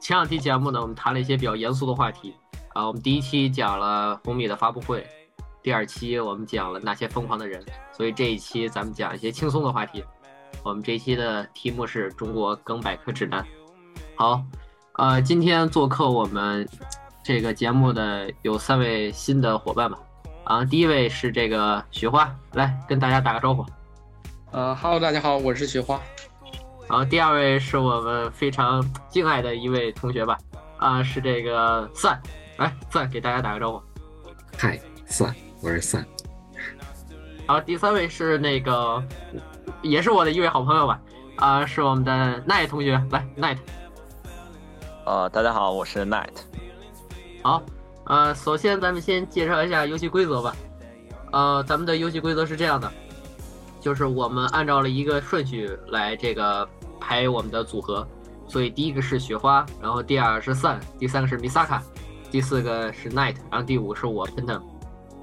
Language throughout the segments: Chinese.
前两期节目呢，我们谈了一些比较严肃的话题啊。我们第一期讲了红米的发布会，第二期我们讲了那些疯狂的人，所以这一期咱们讲一些轻松的话题。我们这一期的题目是中国梗百科指南。好，呃，今天做客我们这个节目的有三位新的伙伴吧。啊，第一位是这个雪花，来跟大家打个招呼。呃哈喽，大家好，我是雪花。然后第二位是我们非常敬爱的一位同学吧，啊，是这个散，来散给大家打个招呼。嗨，散，我是散。然后第三位是那个，也是我的一位好朋友吧，啊，是我们的 Night 同学，来 Night。呃，大家好，我是 Night。好，呃，首先咱们先介绍一下游戏规则吧。呃，咱们的游戏规则是这样的，就是我们按照了一个顺序来这个排我们的组合，所以第一个是雪花，然后第二是 Sun，第三个是 Misaka，第四个是 Night，然后第五是我 Phantom，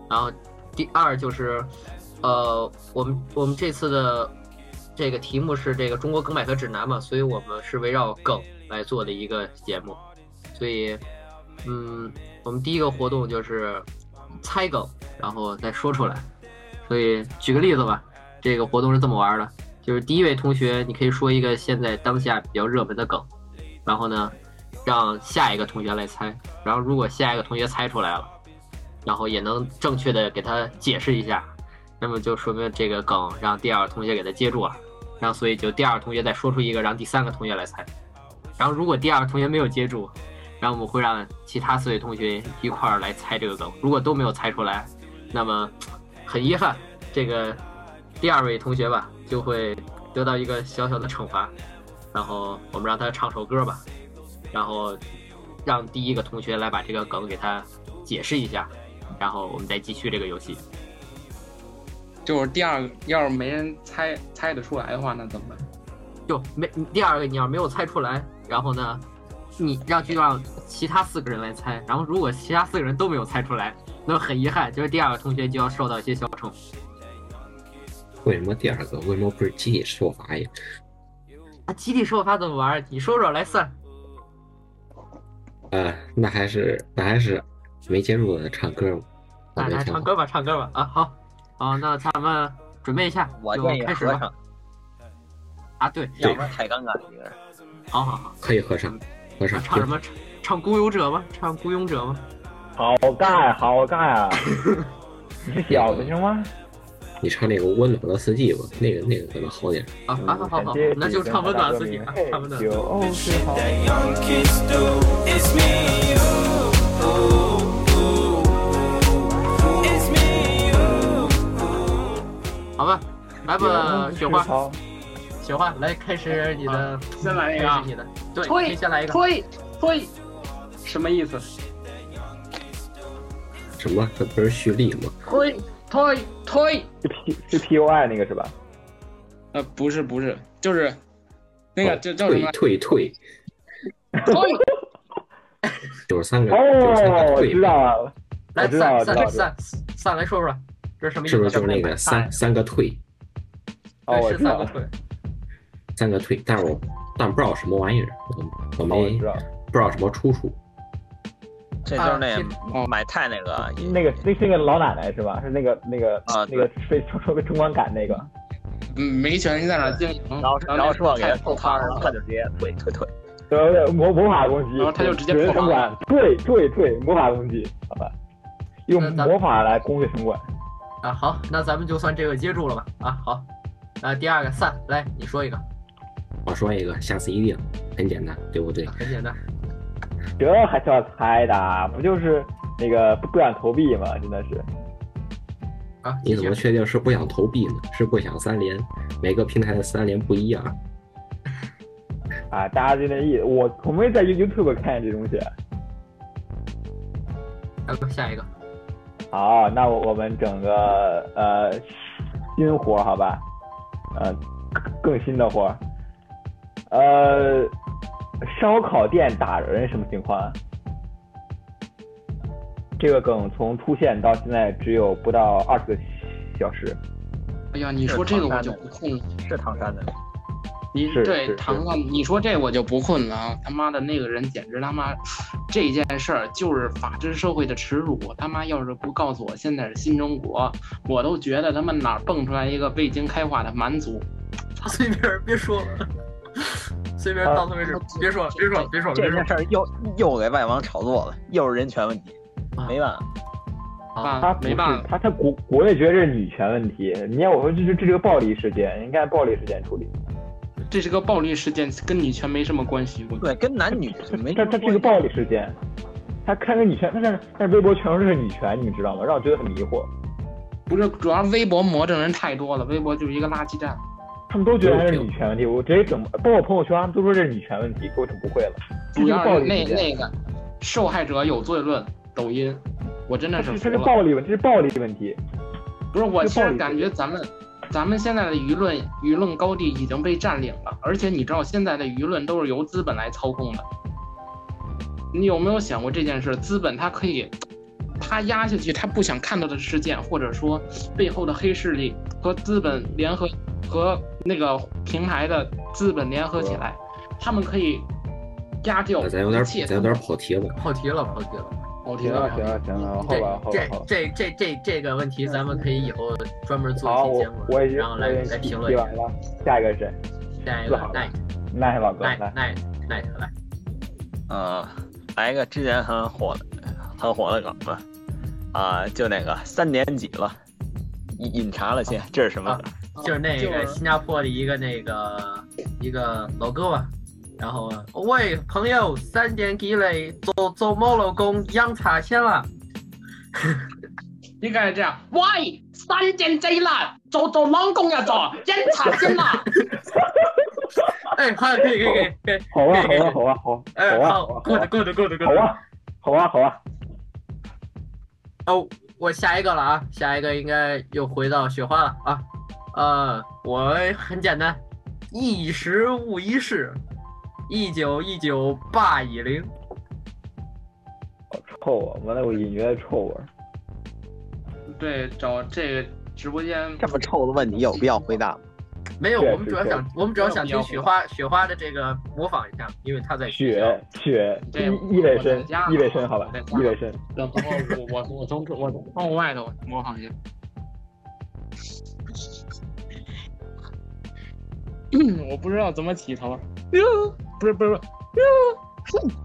然后第二就是，呃，我们我们这次的这个题目是这个中国梗百科指南嘛，所以我们是围绕梗来做的一个节目，所以，嗯，我们第一个活动就是猜梗，然后再说出来。所以举个例子吧，这个活动是这么玩的，就是第一位同学你可以说一个现在当下比较热门的梗，然后呢，让下一个同学来猜，然后如果下一个同学猜出来了，然后也能正确的给他解释一下，那么就说明这个梗让第二个同学给他接住了，然后所以就第二个同学再说出一个，让第三个同学来猜，然后如果第二个同学没有接住，然后我们会让其他四位同学一块儿来猜这个梗，如果都没有猜出来，那么很遗憾，这个第二位同学吧就会得到一个小小的惩罚，然后我们让他唱首歌吧，然后让第一个同学来把这个梗给他解释一下，然后我们再继续这个游戏。就是第二个，要是没人猜猜得出来的话，那怎么办？就没第二个，你要没有猜出来，然后呢，你让就让其他四个人来猜，然后如果其他四个人都没有猜出来，那么很遗憾，就是第二个同学就要受到一些小惩罚。为什么第二个为什么不是集体受罚呀？啊，集体受罚怎么玩？你说说来算。呃，那还是那还是没接触的唱歌嘛。来来啊唱歌吧，唱歌吧啊，好，好，那咱们准备一下，我就建议开始合吧。唱，啊，对，要不然太尴尬了一个人。好好好，可以合唱，合唱。啊唱什么？唱唱《孤勇者》吗？唱《孤勇者》吗？好尬，好尬！你是小子行吗？你唱那个温暖的四季吧，那个那个可能好点。啊啊，好好好，那就唱《温暖四季》吧，唱《温暖四季》。哦，是好。 that young kids do It's me, you. It's me, you. 好吧，来吧，雪花，好，雪花，来开始你啊的，先来一开始你的，对，你先来一个。推推，什么意思？什么？这不是蓄力吗？推推推。是 P 是 P O I 那个是吧？呃，不是不是，就是那个哦叫叫什退么？退退，推九十三个，九十三哦个，我退知，道了，来我知道散了，知道散了。散散来说说，这是什么意思？是不是就是那个三三？三个退，哦，哎对，我是知三道个了，腿。三个退？但是我但不知道什么玩意儿，我我哦，我没知道了。不知道什么出处。这就是啊那是哦买菜那个，也那个那是那个老奶奶是吧？是那个那个啊那个被冲冲被冲光赶那个。嗯，没权在哪儿经营，然然后然后说给他后摊吐汤，儿然后他就直接退退退。对对对，呃魔魔法攻击，然后他就直接人破城防管，对对对，魔法攻击，好吧，用那咱魔法来攻略城管。啊，好，那咱们就算这个接住了吧。啊，好，那第二个散，来你说一个，我说一个，下次一定，很简单，对不对？很简单。这还需要猜的？啊不就是那个不想投币吗？真的是，啊，你继怎续么确定是不想投币呢？是不想三连？每个平台的三连不一样。啊，大家就那意思。我我没在 YouTube 看这东西。来吧，下一个。 好，那我我们整个呃新活儿好吧，呃更更新的活儿，呃烧烤店打人什么情况啊？这个梗从出现到现在只有不到啊二十个小时，哎呀，你说这个我就不控了。是唐山的，你是对是糖糖，你说这我就不混了啊！他妈的那个人简直他妈，这件事儿就是法治社会的耻辱！他妈要是不告诉我现在是新中国，我都觉得他妈哪儿蹦出来一个未经开化的蛮族。随便别说了， 随便到此为止，别说了，别说了，别说了，别这说了件事儿又又给外王炒作了，又是人权问题，没办法。他啊，不没是办法，他他国国内觉得这是女权问题。你看，我们这是这是个暴力事件，你看暴力事件处理，这是个暴力事件，跟女权没什么关系。我对，跟男女 没他他这个暴力事件，他看个女权，他但是但是微博全都是女权，你们知道吗？让我觉得很迷惑。不是，主要是微博魔怔人太多了，微博就是一个垃圾站。他们都觉得还是女权问题，我直接整，包括我朋友圈，他们都说这是女权问题，给我整不会了。主要这是暴是力那事那件个受害者有罪论，抖音，我真的这是是服这是了。暴力问，这是暴力问题。不是，我这现暴在力感事觉咱们咱们现在的舆论舆论高地已经被占领了，而且你知道现在的舆论都是由资本来操控的。你有没有想过这件事？资本它可以，它压下去他不想看到的事件，或者说背后的黑势力和资本联合和那个平台的资本联合起来，他们可以压掉哎咱有点一切咱有点跑题了，跑题了，跑题了。跑题行了了。行啊了行了，后边后边这后边。这这这这个问题，咱们可以以后专门做好，一期我节目，我已经然后来我已来经评提论一完下。了，下一个是谁？下一个好了 night 奈老哥 night 来， night night 来，呃，来一个之前很火的、很火的梗吧，啊、就那个三年几了，饮饮茶了先，这是什么梗？就是那哦就个是新加坡的一个那个一个老哥吧。然后，喂，朋友，三点几嘞？做做猫老公养茶先了。应该是这样。喂，三点几啦，做做老公要做，饮茶先啦。哎，好，可以可以可以可以，好啊可以 可以好啊好啊哎，好啊好好啊，good good good good。好啊好啊好啊好啊，哦，我下一个了啊，下一个应该又回到雪花了啊。呃，我很简单，一时误一世，一九一九八一零。好臭啊！完了，我隐约的臭味儿。 对，找这个直播间这么臭的问题有必要回答吗？没有，对我们主要是想，我们主要想听没有必雪要花雪花的这个模仿一下，因为她在学校血血这样意意味我深在家，意味深，好吧我在，家意味深。然后我我我从我从窗户外头模仿一下。 我不知道怎么起头。哟，不是不是不是，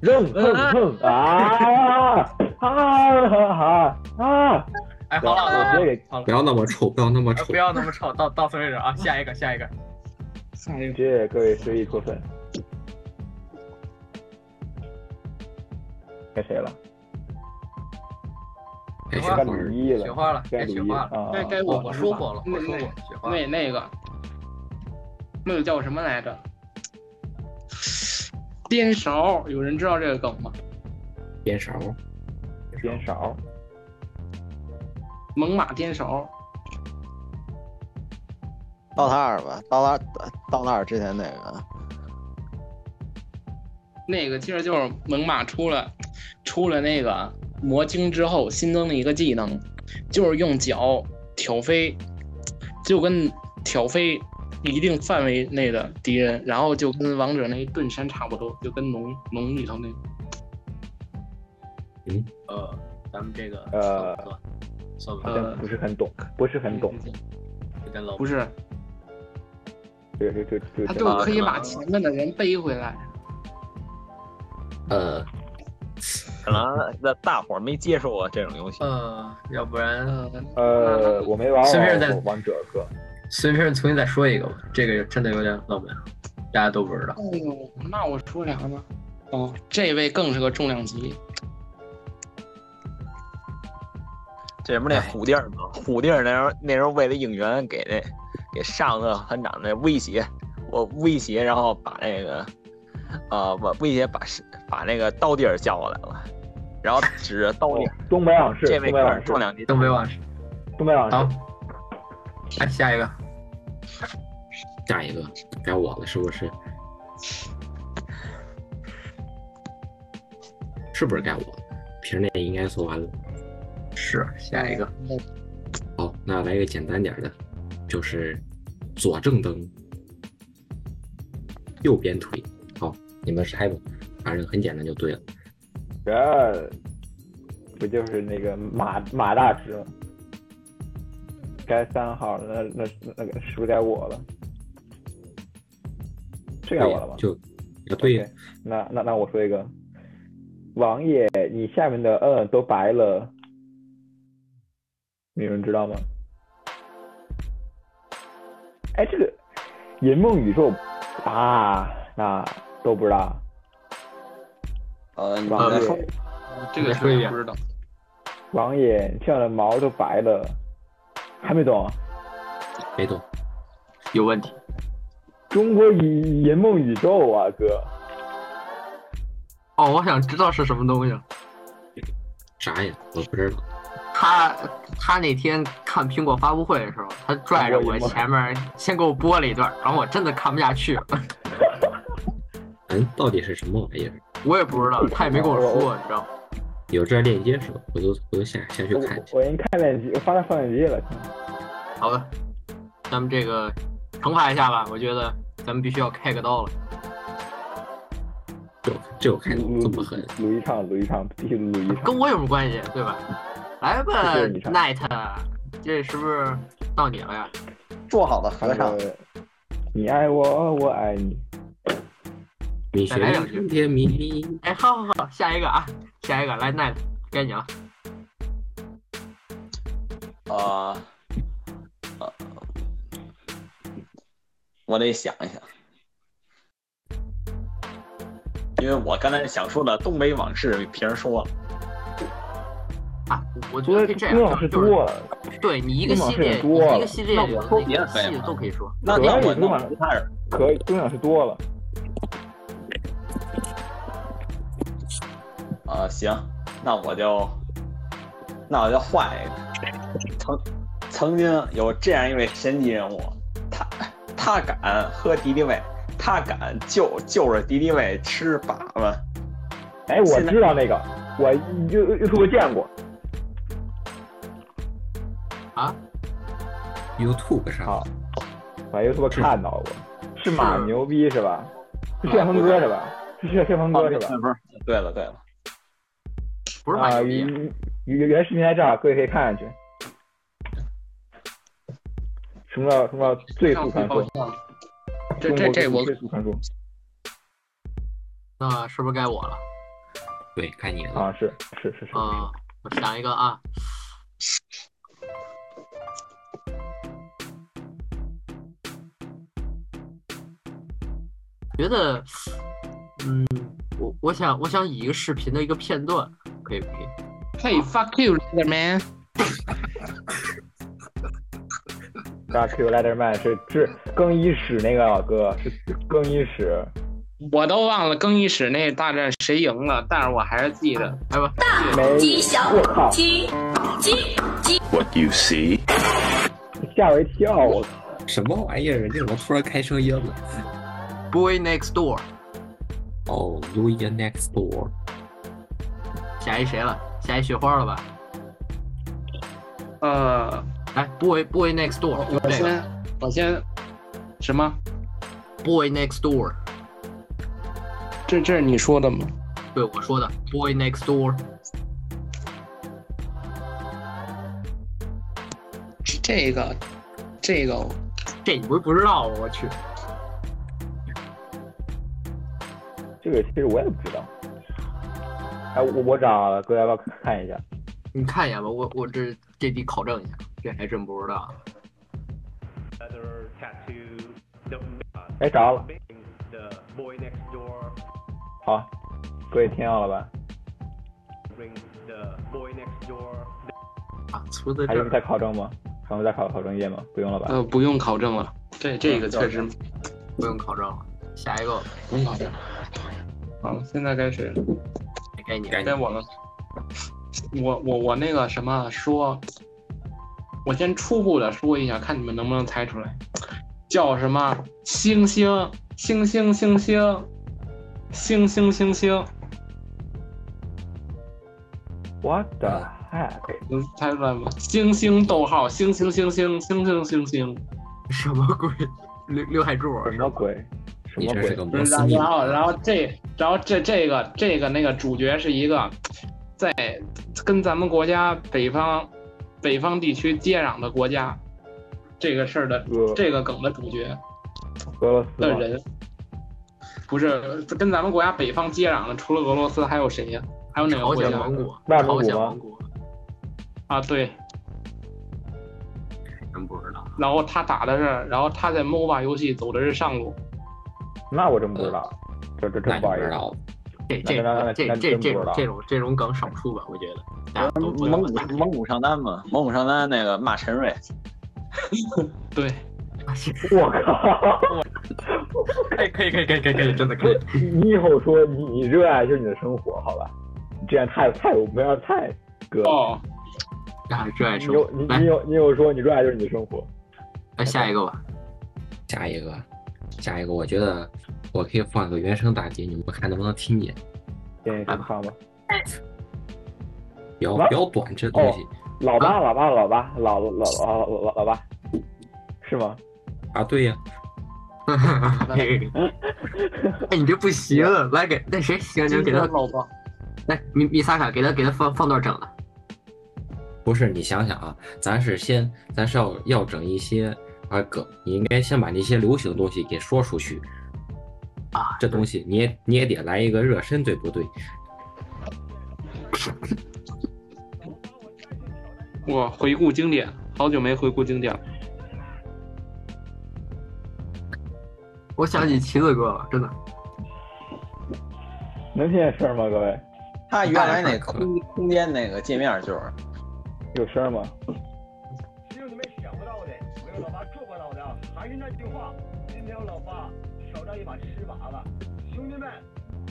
扔哼哼嗯 啊啊啊啊！哎，好我了好了，我直接给不要那么臭，不要那么哎臭不。要那么吵，到到此为止啊，下一个下一个。下一个直接给各位随意扣分。该谁了？雪哎，雪花花儿该鲁伊了，雪花了，该该鲁雪伊花了。啊！该该啊我哎哦我嗯我说说过了，那我说那过雪花。那那个，那个叫什么来着？颠勺，有人知道这个梗吗？边勺儿，边勺，猛犸颠勺，刀塔二吧，刀塔刀塔二之前那个，那个其实就是猛犸出了出了那个魔晶之后新增的一个技能，就是用脚挑飞，就跟挑飞一定范围内的敌人，然后就跟王者那一盾山差不多，就跟农农里头那呃，咱们这个呃算不好算？像不是很懂，不是很懂。呃有点 low 不是，嗯这个这个这个他这就个，啊可以把前面的人背回来。呃，可能那大伙儿没接触过这种游戏，呃，要不然呃，呃，我没玩随便再过王者哥，随便重新再说一个吧，这个真的有点冷门，大家都不知道。哎呦，那我说啥呢？哦，这位更是个重量级，这什么那虎弟儿嘛，哎虎弟儿那时候那时候为了应援给那给上个团长那威胁，我威胁，然后把那个呃我威胁把是把那个刀弟儿叫过来了，然后指着刀弟儿，东北往事，这东位北可是往重事，量级，东北往事，东北往好事，，来下一个，下一个该我了，是不是？是不是该我了？瓶内应该说完了。是下一个，好，那来一个简单点儿的，就是左正灯，右边腿。好，你们猜吧，反正很简单就对了。这不就是那个马马大师吗？该三号了那那那个是不是该我了？是该对我呀了吧？就啊对呀 OK，那那那我说一个，王爷，你下面的嗯都白了，你们知道吗？哎，这个银梦宇宙啊，那都不知道。呃，你王再爷说，呃这个再说一确实遍不知道。王爷，你这样的毛都白了，还没懂啊？没懂。有问题。中国银银梦宇宙啊，哥，哦，我想知道是什么东西了。啥呀？我不知道。他他那天看苹果发布会的时候，他拽着我前面先给我播了一段，然后我真的看不下去了，嗯，到底是什么玩意儿？我也不知道，他也没跟我说，你知道吗？有这链接是吧？我都我都下下去我看一下。我我已经看链接，我发到放链接了。好吧，咱们这个惩罚一下吧，我觉得咱们必须要开个刀了。这我这我看撸这么狠，撸一场，撸一场，必须撸一场。跟我有什么关系，对吧？来吧这就是你唱，Night，这是不是到你了呀？做好了和尚，呃你爱我，我爱你。米雪来两句甜甜蜜蜜。哎，好好好，下一个啊，下一个来 Night，该你了。啊、呃，我得想一想，因为我刚才想说的东北往事，别人说了，啊，我觉说得这样今晚是就是多了，对你一个今晚系是列，多了你一个系列那那我说别的个可以系吗都可以说。那主那要我是今弄晚其他人，可以，今晚是多了。啊、行，那我就，那我就换一个。曾曾经有这样一位神级人物，他他敢喝敌敌畏，他敢就就着敌敌畏吃粑粑。哎，我现在知道那个，我 You- YouTube 见过。 YouTube 上好，我 YouTube 看到过，是马是牛逼是吧？是旋风哥是吧？是旋旋风哥是吧？不是，对了对了，不是马牛啊，逼，原原原视频在这儿，各位可以看看去。什么叫什么叫最速传说？这这这中国我最速传说那是不是该我了？对，该你了。啊，是是是是。啊，我想一个啊。觉得，嗯，我我想我想以一个视频的一个片段，可以不可以？ Hey fuck you, leader man！大 Q Letterman 是是更衣室那个老哥，是更衣室。我都忘了更衣室那大战谁赢了，但是我还是记得。来吧，没，我靠， What you see 吓我一跳！我什么玩意儿？这怎么突然开声音了？ 《Boy Next Door》哦，Louis Next Door，下一谁了？下一雪花了吧？呃，来，《Boy Boy Next Door》就哦这我个，先我先什么？ 《Boy Next Door》这这是你说的吗？对我说的，《Boy Next Door》这个这个这你不是不知道啊？我去，这个其实我也不知道。哎，我我找了，各位要不要看一下？你看一眼吧，我我这这得考证一下，这还真不知道。啊 leather tattoo. The, uh, 哎，找到了， the boy next door 好，各位听到了吧？ brings the boy next door. 啊，出自还这用儿。再考证吗？还用再考考证页吗？不用了吧？呃不用考证了，这这个确实不用考证了，下一个不用考证。好，现在该谁了？该你了。该你该我了。我我我那个什么说，我先初步的说一下，看你们能不能猜出来，叫什么星星星星星星星星星星，我的 heck！能猜出来吗？星星逗号星星星星星星星星， 什么鬼？刘刘海柱什么鬼？什你么这是鬼个？摩斯然密然码。后然后这然后这这个这个那个主角是一个在跟咱们国家北方北方地区接壤的国家，这个事儿的俄这个梗的主角俄罗斯的吗人，不是跟咱们国家北方接壤的，除了俄罗斯还有谁呀？还有哪个朝国鲜家王国，纳米朝鲜古吗王国，啊？对，真不知道。然后他打的是，然后他在 MOBA 游戏走的是上路，那我真不知道，这这嗯那真你不好不意知这道了，思。那那那这那这这真这不知种道嗯这种这种梗少数吧，我觉得大家都不怎蒙么古打。蒙古上单嘛，蒙古上单那个骂陈瑞，对，我靠！ 可以可以可以可以可以可以，真的嗯可以。你你以后说你你热爱就是你的生活，好吧？你这样太太我们要太哥，哦， 啊，热爱你生有活你，你来有你有说你热爱就是你的生活，来下一个 吧。下一个，下一个，我觉得我可以放个原声大碟，你们看能不能听见？建议情况吗？比较啊比较短，这东西老八啊老八老八老老老老老老八，是吗？啊，对呀，哎，你这不行，来给那谁行行给他老吧，来米米萨卡给他给他放放段整的，不是，你想想啊，咱是先，咱是要要整一些啊梗，你应该先把那些流行的东西给说出去啊。这东西你也你也得来一个热身，对不对？我回顾经典，好久没回顾经典了。我想嗯起旗子哥了，真的。能听见声吗？各位他原来那空 空间那个界面就是有声吗？只有你们想不到的，我有老八做不到的啊！还是那句话，今天有老八手上一把湿粑粑，兄弟们，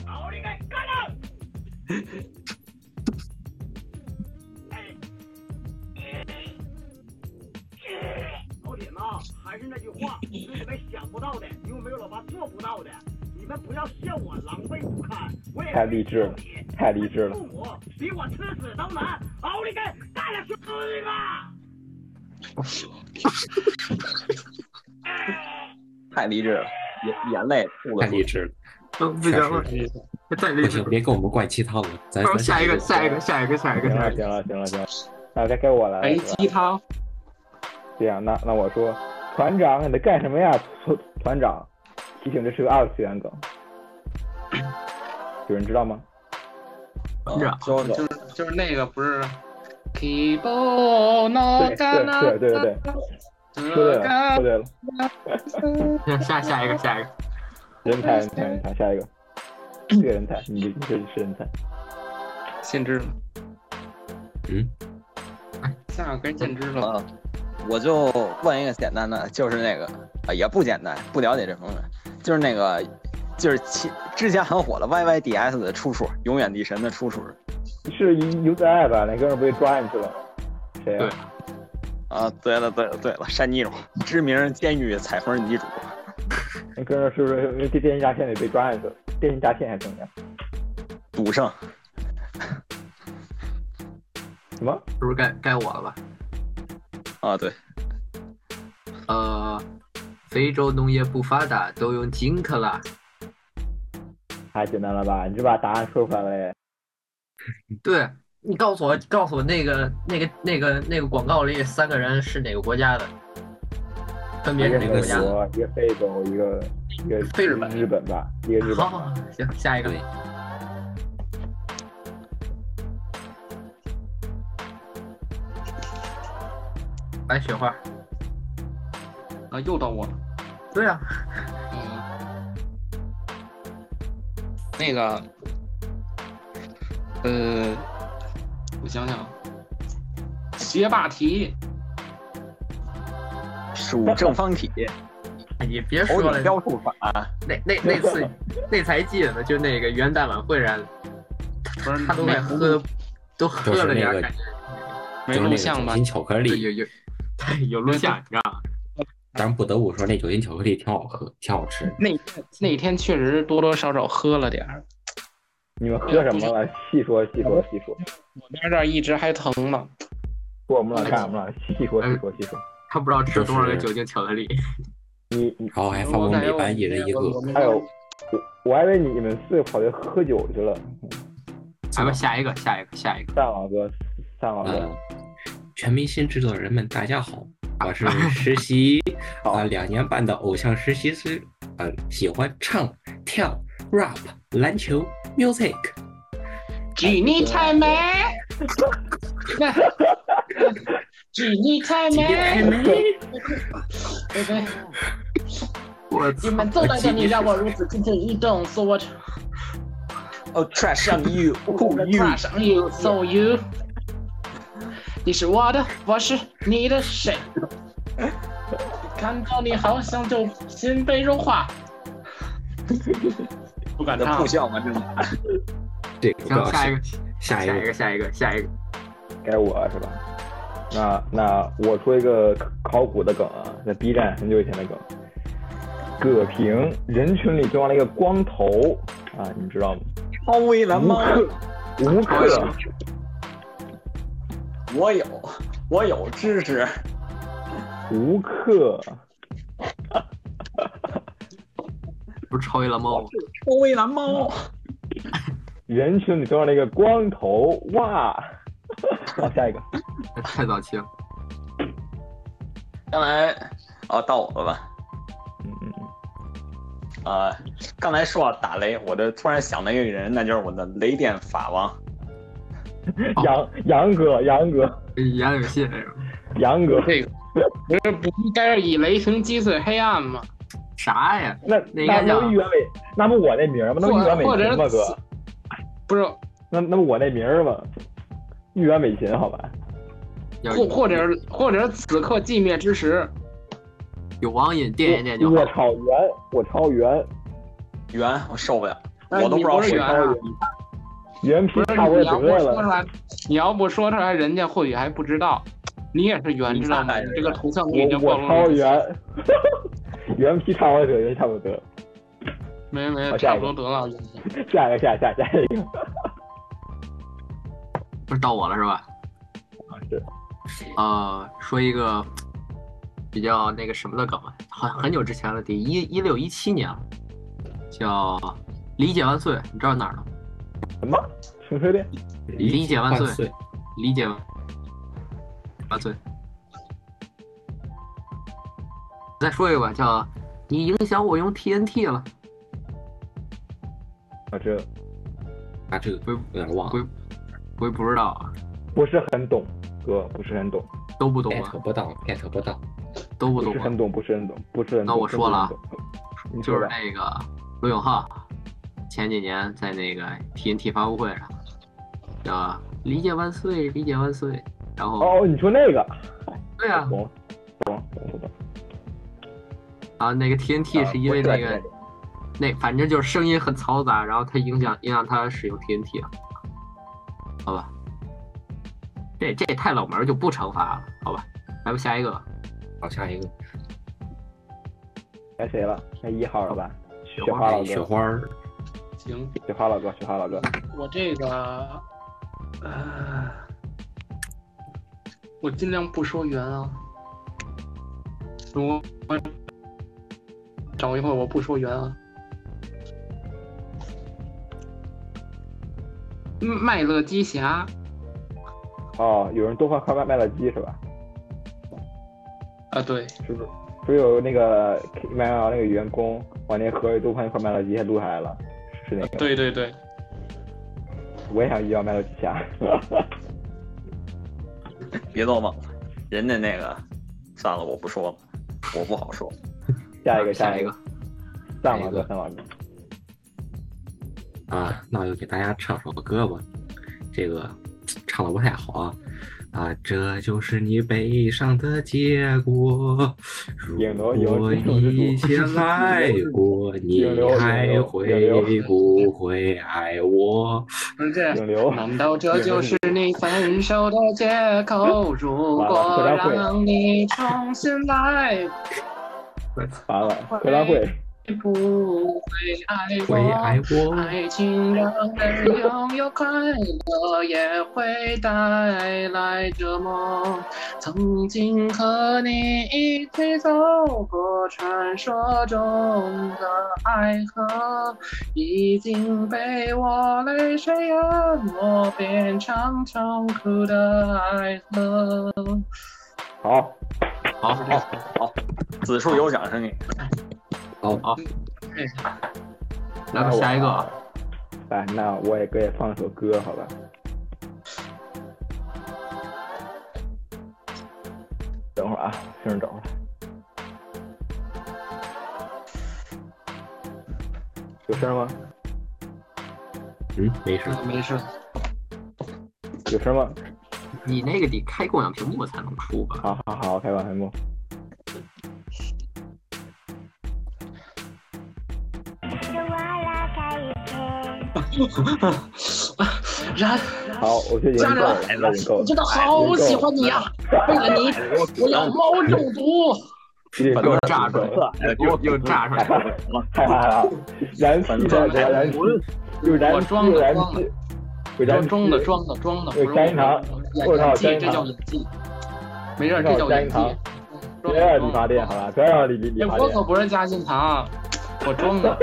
奥利给，干了！老铁们啊，还是那句话，只有你们想不到的，因为没有老八做不到的，你们不要嫌我狼狈不堪，我也太励志了，太励志了！父母比我吃屎都难，奥利给，干了兄弟们！太励志了，眼眼泪吐太了出励来。志了，嗯，不行了，太不励志行，了。别给我们灌鸡汤了，咱不咱是下一个，下一个，下一个，下一个，行下了一个。行了行了行了，那该该我来了。哎，是吧鸡汤，这样，那那我说，团长你在干什么呀？团团长，提醒这是个二次元梗，有人知道吗？是啊就就是就是那个不是，keep on 对对对对对对说对了，说对了，下下一个，下一个。人才人才人才，下一个，这个人才，你这这是人才，限制了，哎嗯，下个该限制了，啊，我就问一个简单的，就是那个啊，也不简单，不了解这方面，就是那个，就是其之前很火的 YYDS 的出处，永远地神的出处是游子爱吧？那哥们儿不被抓进去了吗？谁呀、对啊。对了，对了，对了，山妮主，知名监狱采风女主，那哥们儿是不是因为这电信诈骗里被抓进去了？电信诈骗还重要？赌圣。什么？是不是该该我了吧？啊，对，呃，非洲农业不发达，都用金克拉。太简单了吧？你就把答案说出来了耶！对你告诉我，告诉我那个那个那个那个广告里三个人是哪个国家的？分别一是个哪美个国家的？国，一个非洲，一个一个非日本日本吧，一个日好本。好好，行，下一个对。白雪花。嗯啊，又到我了。对啊，嗯，那个，呃，我想想，啊，学霸题，属正方体，哎你别说头了顶，标注法，那那那次 那才记得呢，就那个元旦晚会上，不是他都没快喝，都喝了点嗯就是那个感觉，没就是那录个像酒吧心？巧克有力， 有有，对，有录像，你知道吗？咱不得不说那酒心巧克力挺好喝，挺好吃。那那天确实多多少少喝了点儿，你们哎喝什么了？细说细说细说。我那儿这儿一直还疼呢。说我们老干，我们老细说细说细说。他不知道吃了多少个就是 酒精巧克力，你你然后还发我我感们觉每我班一人一我个。们还有，我哎我还以为你们四个跑去喝酒去了。咱们下一个，下一个，下一个。蛋老哥，蛋老哥嗯呃，，全明星制作人们，大家好，我是实 习啊、两年半的偶像实习生，啊、喜欢唱、跳、rap、篮球、music。举例太美，举例太美，对对，我你们做到的你让我如此蠢蠢欲动，so what？哦，trash on you，酷 who 的 you？跨上 you so you，你是我的，我是你的谁？看到你好像就心被融化，不敢的唱不。笑吗？真的，这个不知道行，下一个，下下一一个个，下一个，下一个。该我是吧？那那我说一个考古的梗啊，在 B 站很久以前的梗。葛平人群里装了一个光头啊，你们知道吗？超威蓝无猫，克，无克，我有，我有知识，无克，不是超越了猫吗？ 超威蓝嗯猫，人群里装了一个光头，哇！ 好，下一个，太早期了。刚才啊，到我了吧？嗯嗯嗯，啊，刚才说到打雷，我就突然想到一个人，那就是我的雷电法王。杨杨哥，杨哥，杨永信那种杨哥，这个不是不应该是以雷霆击碎黑暗吗？啥呀？那哪那个叫能预言为，那不我那名儿吗？能或预言或为者情吗，是哥？不是，那那不我那名儿吗？玉原美琴，好吧？有或或者是或者是此刻寂灭之时，有网瘾垫一垫就我好。超圆，我超圆，圆，我受不了，那我都你知道不是谁圆高啊人。原不皮是差不多你要得不说出了。来，你要不说出来，人家或许还不知道。你也是圆，你知道大吗？概是你这个头像已我经暴我露超了。圆， 原皮差不多得，原皮差不多得。没没，好差下不一多得个了。下一个，下一个下一个，下一个。不是到我了是吧？是。呃，说一个比较那个什么的梗吧，好像很久之前了，得一一六一七年了，叫《理解万岁》，你知道哪儿的吗？什么？什么店？理解万岁岁。理解万岁。再说一个吧，叫你影响我用 TNT 了，我这啊，这个有点忘了，我也不知道啊，不是很懂，哥不是很懂，都不懂啊 get，不到，get 不到。都不不懂是啊很。懂，不是很懂，不是很懂。那我说了啊真不是很懂，你就说是吧。那个罗永浩，前几年在那个 TNT 发布会上，叫“理解万岁，理解万岁”，然后、哦，你说那个，对啊，懂了，懂了，懂了啊懂了。然啊后那个 TNT 是因为那个、那反正就是声音很嘈杂，然后它影响影响他使用 TNT 了，好吧，这这也太冷门就不惩罚了，好吧，咱们下一个吧，好，下一个该谁了？该一号了吧？雪花花老哥，雪花儿行，雪花老哥，雪花老哥，我这个，呃，我尽量不说圆啊。我我找一会儿，我不说圆啊。嗯麦乐鸡侠，哦，有人多换块麦麦乐鸡是吧？啊，对，是不是？不是有那个麦当劳那个员工往那盒里多换一块麦乐鸡，还录下来了，是那个。，对对对，我也想要麦乐鸡侠。别做梦，人家那个，算了，我不说了，我不好说。 下一个，啊下一个个，，三老下一哥，个三老哥，啊，那我就给大家唱首歌吧。这个唱的不太好啊。啊，这就是你悲伤的结果。如顶流有果这种这种以前爱过，你顶流顶还流会顶不会爱我？不是这顶流，难道这就是你分手的借口？如果让你重新来，完了，合唱会，会不会爱我？会爱我，爱情让人拥有快乐，也会带来折磨。曾经和你一起走过传说中的爱河，已经被我泪水淹没，变成愁苦的爱河。好，好好好，子数有掌声给。咱们下一个啊，哎，那我也给放首歌，好吧？等会儿啊，先等会儿。有声吗？嗯，没事。没事，有声吗？你那个得开共享屏幕才能出吧？好好好，开完屏幕。然好，我觉得已经家够长了，已经够了真，的好喜欢你呀、为了你，我要猫中毒。已 经够了，炸出来已经够了，又又炸出来了！太害怕了，燃气的，燃气，有燃我气，装的有燃装的气，有燃气，装的装的装的，不对是粘一堂演我演操技，粘一这堂叫演技。没事儿，这叫演技装的我操粘一堂。别让理发装店好的，吧，不要让理理哎发我可店。不是夹心糖，我装 的。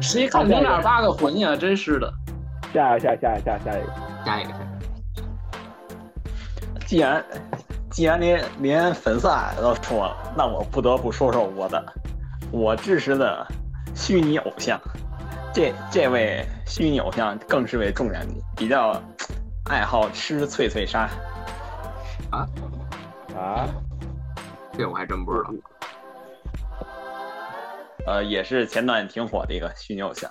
谁看零点八个混呀？真是的。下一个，下一个，下一个，下一个，下一个，既然既然连连粉丝矮都说了，那我不得不说说我的我支持的虚拟偶像。这这位虚拟偶像更是位重量级，比较爱好吃脆脆鲨。啊，这我还真不知道。呃，也是前段挺火的一个虚拟偶像，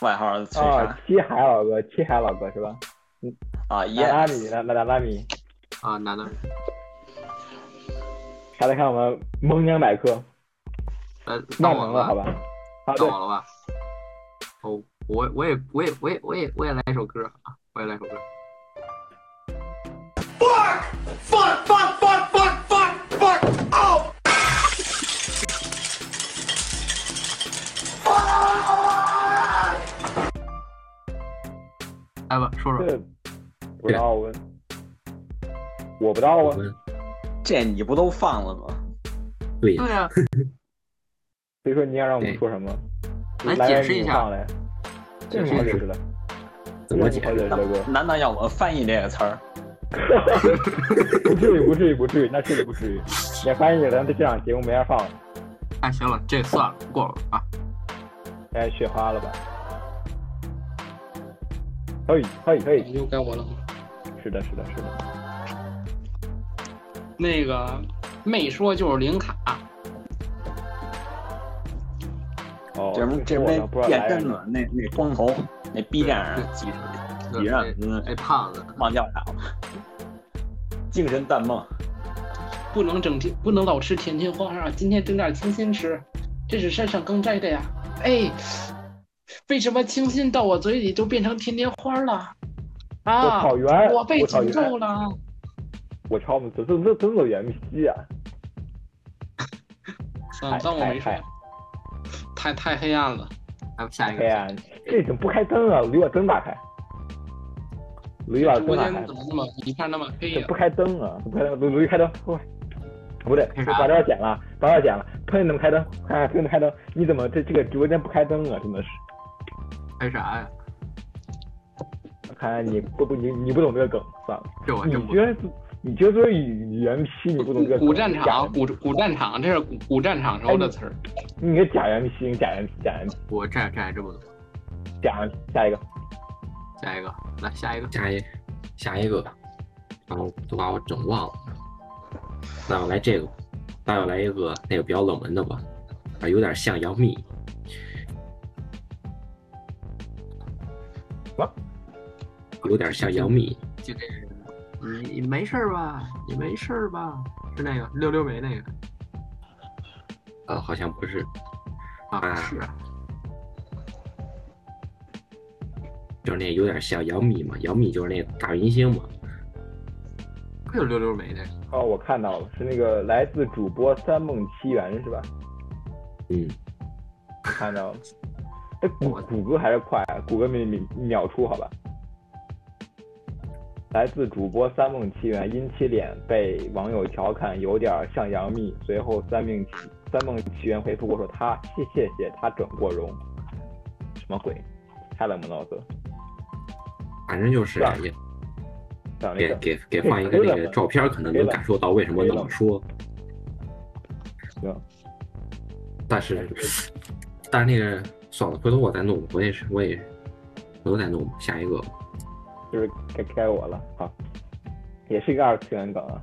外号脆鲨啊，七海老哥，七海老哥是吧？啊，也拿拉米，拿拿拿拉米，啊，男的，还在看我们萌娘百科，呃，到闹我萌了，好吧，吧？好，到对，我了吧？哦，我我也我也我也我也我也来一首歌啊，我也来一首歌。来吧，说说这不知道我，我不知道我啊，们这你不都放了吗？对对啊 呀、所以说你要让我们说什么？来来哎解释一下，来，这解是释好一解下释的，怎么解好释？解释的哥，难道要我翻译这个词儿？不至于，不至于，不至于，那确实不至于。你翻译了，咱这档节目没法放了，哎，行了，这算了，过了啊。该哎雪花了吧？嘿，嘿，嘿，又该我了。是的，是的，是的，那个没说就是零卡，哦，这不这我都不不知道变来身源了，那那光头，那 B 站上几几啊让对嗯那啊胖子，忘叫啥了，精神淡梦。不能整天不能老吃甜甜花啊，今天整点清新吃，这是山上刚摘的呀。哎，为什么清新到我嘴里就变成甜甜花了？我啊，草原，我被草诅原，咒了。我操，这这这这么原皮啊！嗯算了，当嗯我没说太。太太黑暗了，来吧，下一哎个，呀，这怎么不开灯啊？驴把灯打开，驴把直灯播打间开怎，么那么一看那么黑这呀不？开灯啊？不开灯，驴驴开灯，快！不对，开啥把这剪了，把这剪了，朋友们开灯，快朋友们开灯！你怎么这这个直播间不开灯啊？真的是，开啥呀？看来你不不你你不懂这个梗，算了。这我还你真不居然你居然作为语言批，你不懂这个古梗战假场，的哎古古战场，这是古古战场时候的词儿。你个假原批，你假原批，假原批，我这这还真不懂。假原批，下一个。下一个，来下一个，下一下一个，然后都把我整忘了。那我来这个，那我来一个那个比较冷门的吧，啊，有点像杨幂。么？有点像杨幂，就这个。你你没事儿吧？你没事儿吧？是那个溜溜梅那个呃，好像不是。啊？啊是啊，就是那有点像杨幂嘛，杨幂就是那个大明星嘛，不就溜溜梅那个？哦，我看到了，是那个来自主播三梦七缘是吧？嗯，看到了。哎，谷谷歌还是快，啊谷歌秒秒秒出好吧？来自主播三梦奇缘，因其脸被网友调侃有点像杨幂，随后三命奇三梦奇缘回复我说他谢谢谢他整过容，什么鬼？太冷门了，我操！反正就是是啊也讲了一给个给给放一个那个照片儿，可能能感受到为什么那么说。行，但是但是那个算了，回头我再弄，我也是我也回头再弄下一个。就是该该我了，好，也是一个二次元梗啊，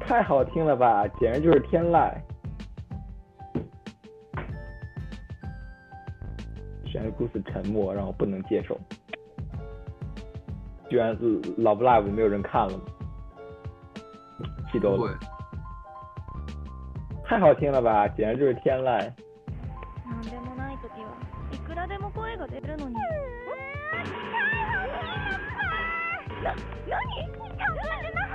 太好听了吧，简直就是天籁。虽然如此沉默，让我不能接受。居然呃 Love Live 没有人看了吗，气都对了。，太好听了吧，简直就是天籁。なんでもない時はいくらでも声が出るのに。な、なに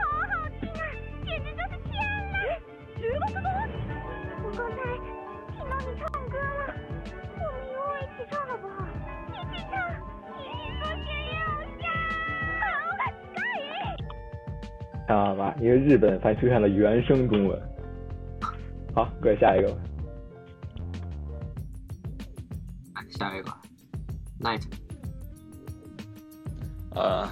看到了吧？因为日本才出现了原声中文。好，各位下一个吧。下一个，Night，呃，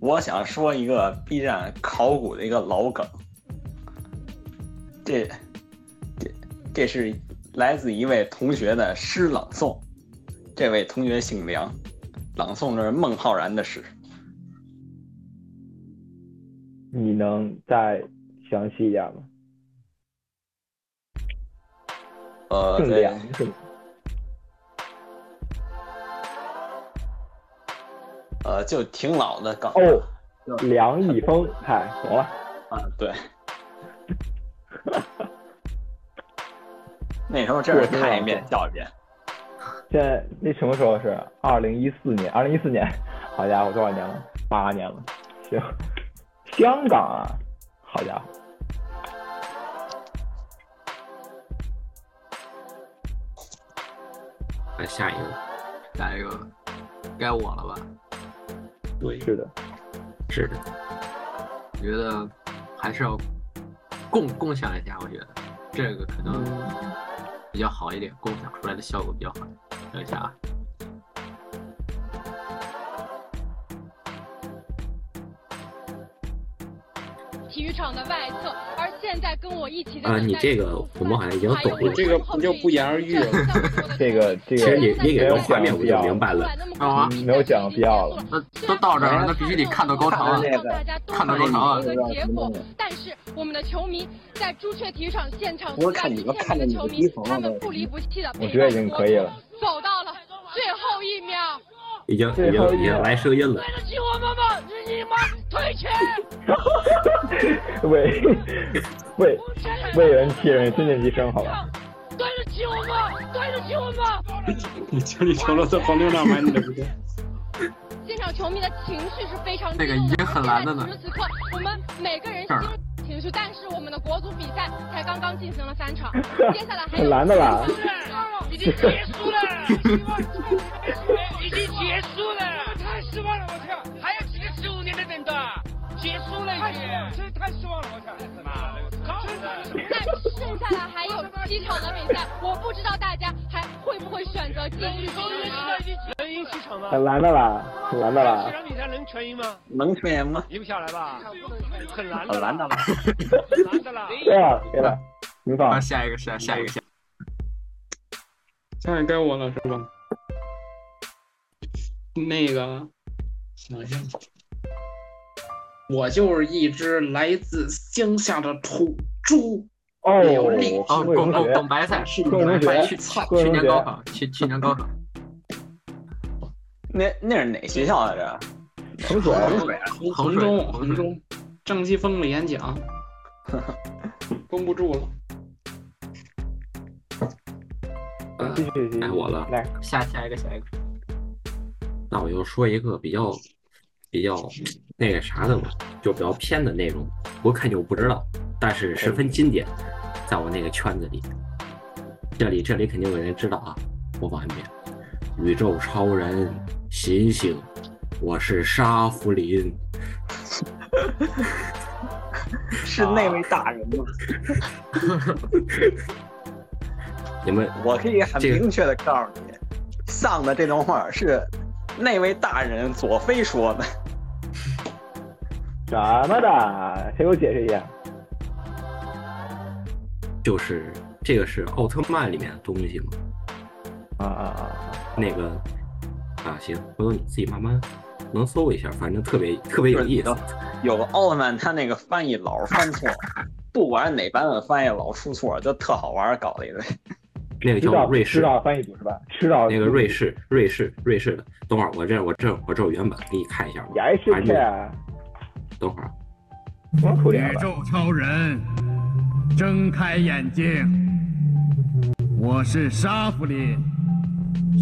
我想说一个 B 站考古的一个老梗，这这这是来自一位同学的诗朗诵，这位同学姓梁，朗诵的是孟浩然的诗。你能再详细一点吗？呃，更对凉，是吗？呃，就挺老的梗哦，梁一峰，嗨，懂了。啊，对。 那时候真是看一遍笑一遍，现在那什么时候是？二零一四年，二零一四年，好家伙，多少年了？八年了。行，香港啊，好家伙，那哎下一个，下一个该我了吧？对，是的，是的，我觉得还是要共共享一下，我觉得这个可能比较好一点，共享出来的效果比较好。等一下啊，体育场的外侧，而现在跟我一起啊，你这个我们好像已经懂了，这个不就不言而喻了。这个这其个实也也给没有个画面我讲必就要明白了。啊嗯没有讲必要了。那都到这儿了，那必须得看到高潮啊！那个看到高潮啊！不知道什么东西。但是我们的球迷在朱雀体育场现场不是看你们看着你的衣服吗？不弃的我觉得已经可以了。走到了最后一秒。已经已最后经一已经个来声音了，激活妈妈，你妈退群！为为为人替人，尊敬一生，好吧？对得起我吗？对得起我吗？你经理球了，在黄牛那买你的不对。现场球迷的情绪是非常这个已经很难了呢此时此刻，我们每个人这心儿里情绪，但是我们的国足比赛才刚刚进行了三场， 接下来还有很难的啦。已经结束了，已经结束了，太失望了，我操！还有几个十五年的等待，结束了已经，真太失望了，我操！妈的，那剩下来还有几场的比赛，我不知道大家还会不会选择继续支持。人因气场吗？很难的啦，很难的啦这。场比赛能全赢吗？ 能传言吗？赢不下来吧？很难的很啦，难的吧？很难的啦。对了对了，你放啊，下一个，下 下一个，下现在该我了是吧？那个，想一下，我就是一只来自乡下的土猪，哦，有力哦，魏懂同懂学懂，白菜，是各白位同白学去菜。去年高考，去去年高考，那那是哪学校啊？这？什么所衡谓？水啊，衡中，衡中，张西峰的演 讲，绷不住了。呃继续继续，哎该我了。来，下下一个，下一个，那我就说一个比较比较那个啥的吧，就比较偏的内容，我肯定不知道，但是十分经典，在我那个圈子里。这里这里肯定有人知道啊，播放一遍。宇宙超人，醒醒，我是沙弗林。是那位大人吗？你们啊我可以很这个明确的告诉你，丧的这段话是那位大人佐菲说的。什么的，谁给我解释一下？就是这个是奥特曼里面的东西嘛。啊啊啊！那个啊，行，回头你自己慢慢能搜一下，反正特别特别有意思。有个奥特曼，他那个翻译老是翻错，不管哪版本翻译老出错，就特好玩儿搞了一堆。那个知叫道瑞知士，道翻译组是吧？知道那个瑞士，瑞士，瑞士的。等会儿我这我这我这有原版给你看一下吧。也是反正这，等会儿光出脸宇吧？宙超人，睁开眼睛，我是沙弗林，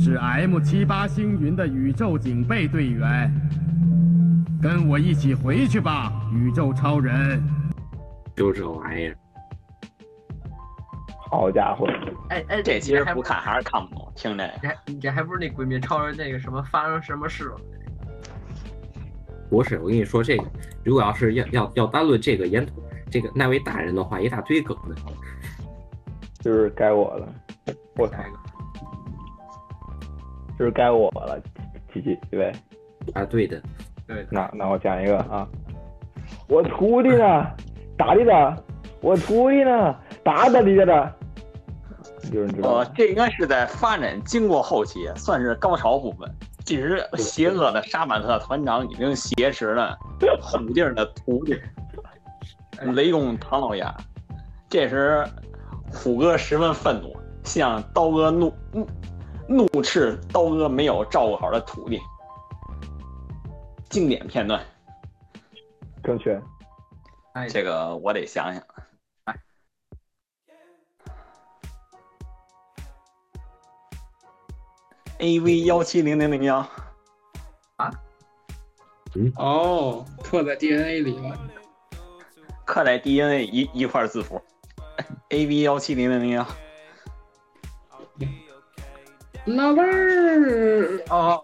是 M 七八星云的宇宙警备队员。跟我一起回去吧，宇宙超人。就这玩意儿。好家伙！哎哎，这其实不你看还是看不懂，听这个这还你这还不是那鬼灭超人那个什么发生什么事了？不是，我跟你说这个，如果要是要要要单论这个研这个那位大人的话，一大堆梗呢。就是该我了，我操！就是该我了，琪琪对呗？啊，对的，对，那那我讲一个啊，我徒弟呢？打的的，我徒弟呢？打的的的，有人知道呃吗？，这应该是在发展经过后期，算是高潮部分。这时，邪恶的杀马特团长已经挟持了虎弟儿的徒弟雷公唐老鸭。这时，虎哥十分愤怒，向刀哥怒怒怒斥刀哥没有照顾好的徒弟。经典片段，正确。哎，这个我得想想。A V 幺七零零零幺，哦，刻在 DNA 里了。刻在 DNA 一一块字符。A V 幺七零零零幺，老妹儿，哦，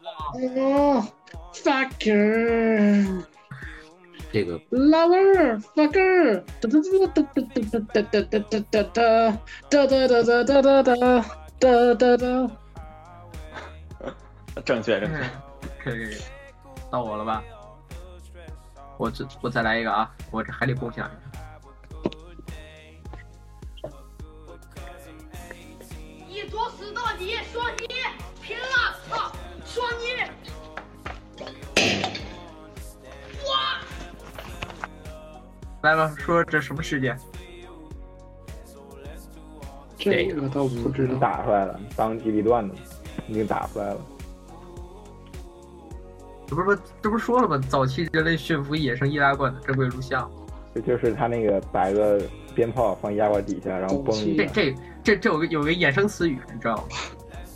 哦，fucker，这个老妹儿，fucker，哒哒哒哒哒哒哒哒哒哒哒哒哒哒哒哒哒哒哒。正确正确。可以可以，可以到我了吧？我这我再来一个啊！我这还得共享一你作死到底，说你拼了，操，说你，哇，个，来吧，说这什么事件？这个倒不知道。打出来了，当机立断的，已经打出来了。这不是说这不是说了吗？早期人类驯服野生易拉罐的珍贵录像，就就是他那个把一个鞭炮放压罐底下，然后嘣一这下，这这这有个有个衍生词语，你知道吗？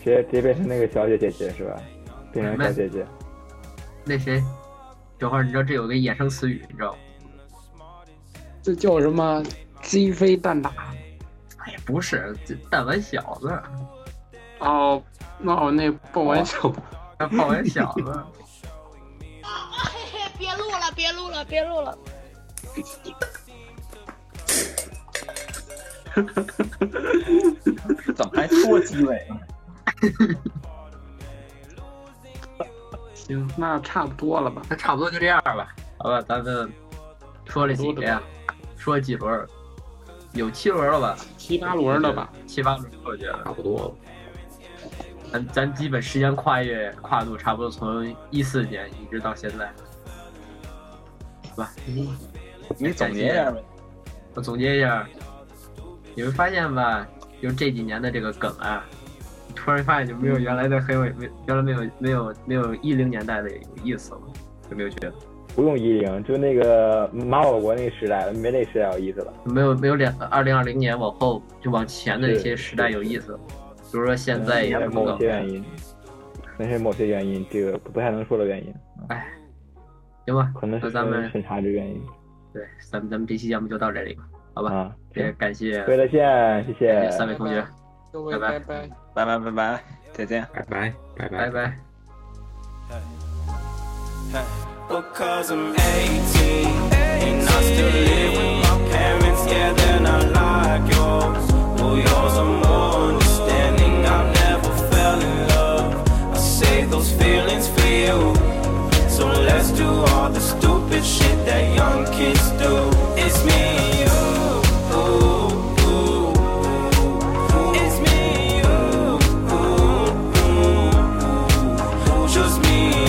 直接直接变成那个小姐姐姐是吧？变成小姐姐，那谁，小花，你知道这有个衍生词语，你知道吗？这叫什么？鸡飞蛋打。哎呀，不是，这弹丸小子，哦，那我那不玩笑。泡丸小 子，嘿嘿，别录了，别录了，别录了。怎么还多机位？行，那差不多了吧？那差不多就这样吧，好吧，咱们说了几个呀？说了几轮儿？有七轮儿了吧？七八轮了吧？七八轮儿，我觉得。差不多了。咱咱基本时间跨越跨度差不多从一四年一直到现在，好吧？你总结一下 呗。我总结一下，你会发现吧，就这几年的这个梗啊，突然发现就没有原来的很有没原来没有没有没有一零年代的有意思了，有没有觉得？不用一零，就那个马保国那个时代了，没那时代有意思了。没有没有两二零二零年往后就往前的一些是时代有意思了，比如说现在也因为是不某梗些，原因，那是某些原因，这个不太能说的原因，行吧？可能那是咱们审查之原因对，咱们咱们这期节目就到这里吧，好吧？啊。也感谢为了见，谢感谢谢三位同学，各位拜拜。拜拜拜拜，再见，拜拜拜拜拜。 Because I'm 18 and I still live with my parents. Yeah, they're not like yours. Well, yours are more understanding. I never fell in love. I save those feelings for you. So let's do all the stupid shit that young kids do. It's me and you. Ooh, ooh, ooh. It's me oh, and you. Ooh, ooh, ooh. Just me and oh, oh, oh,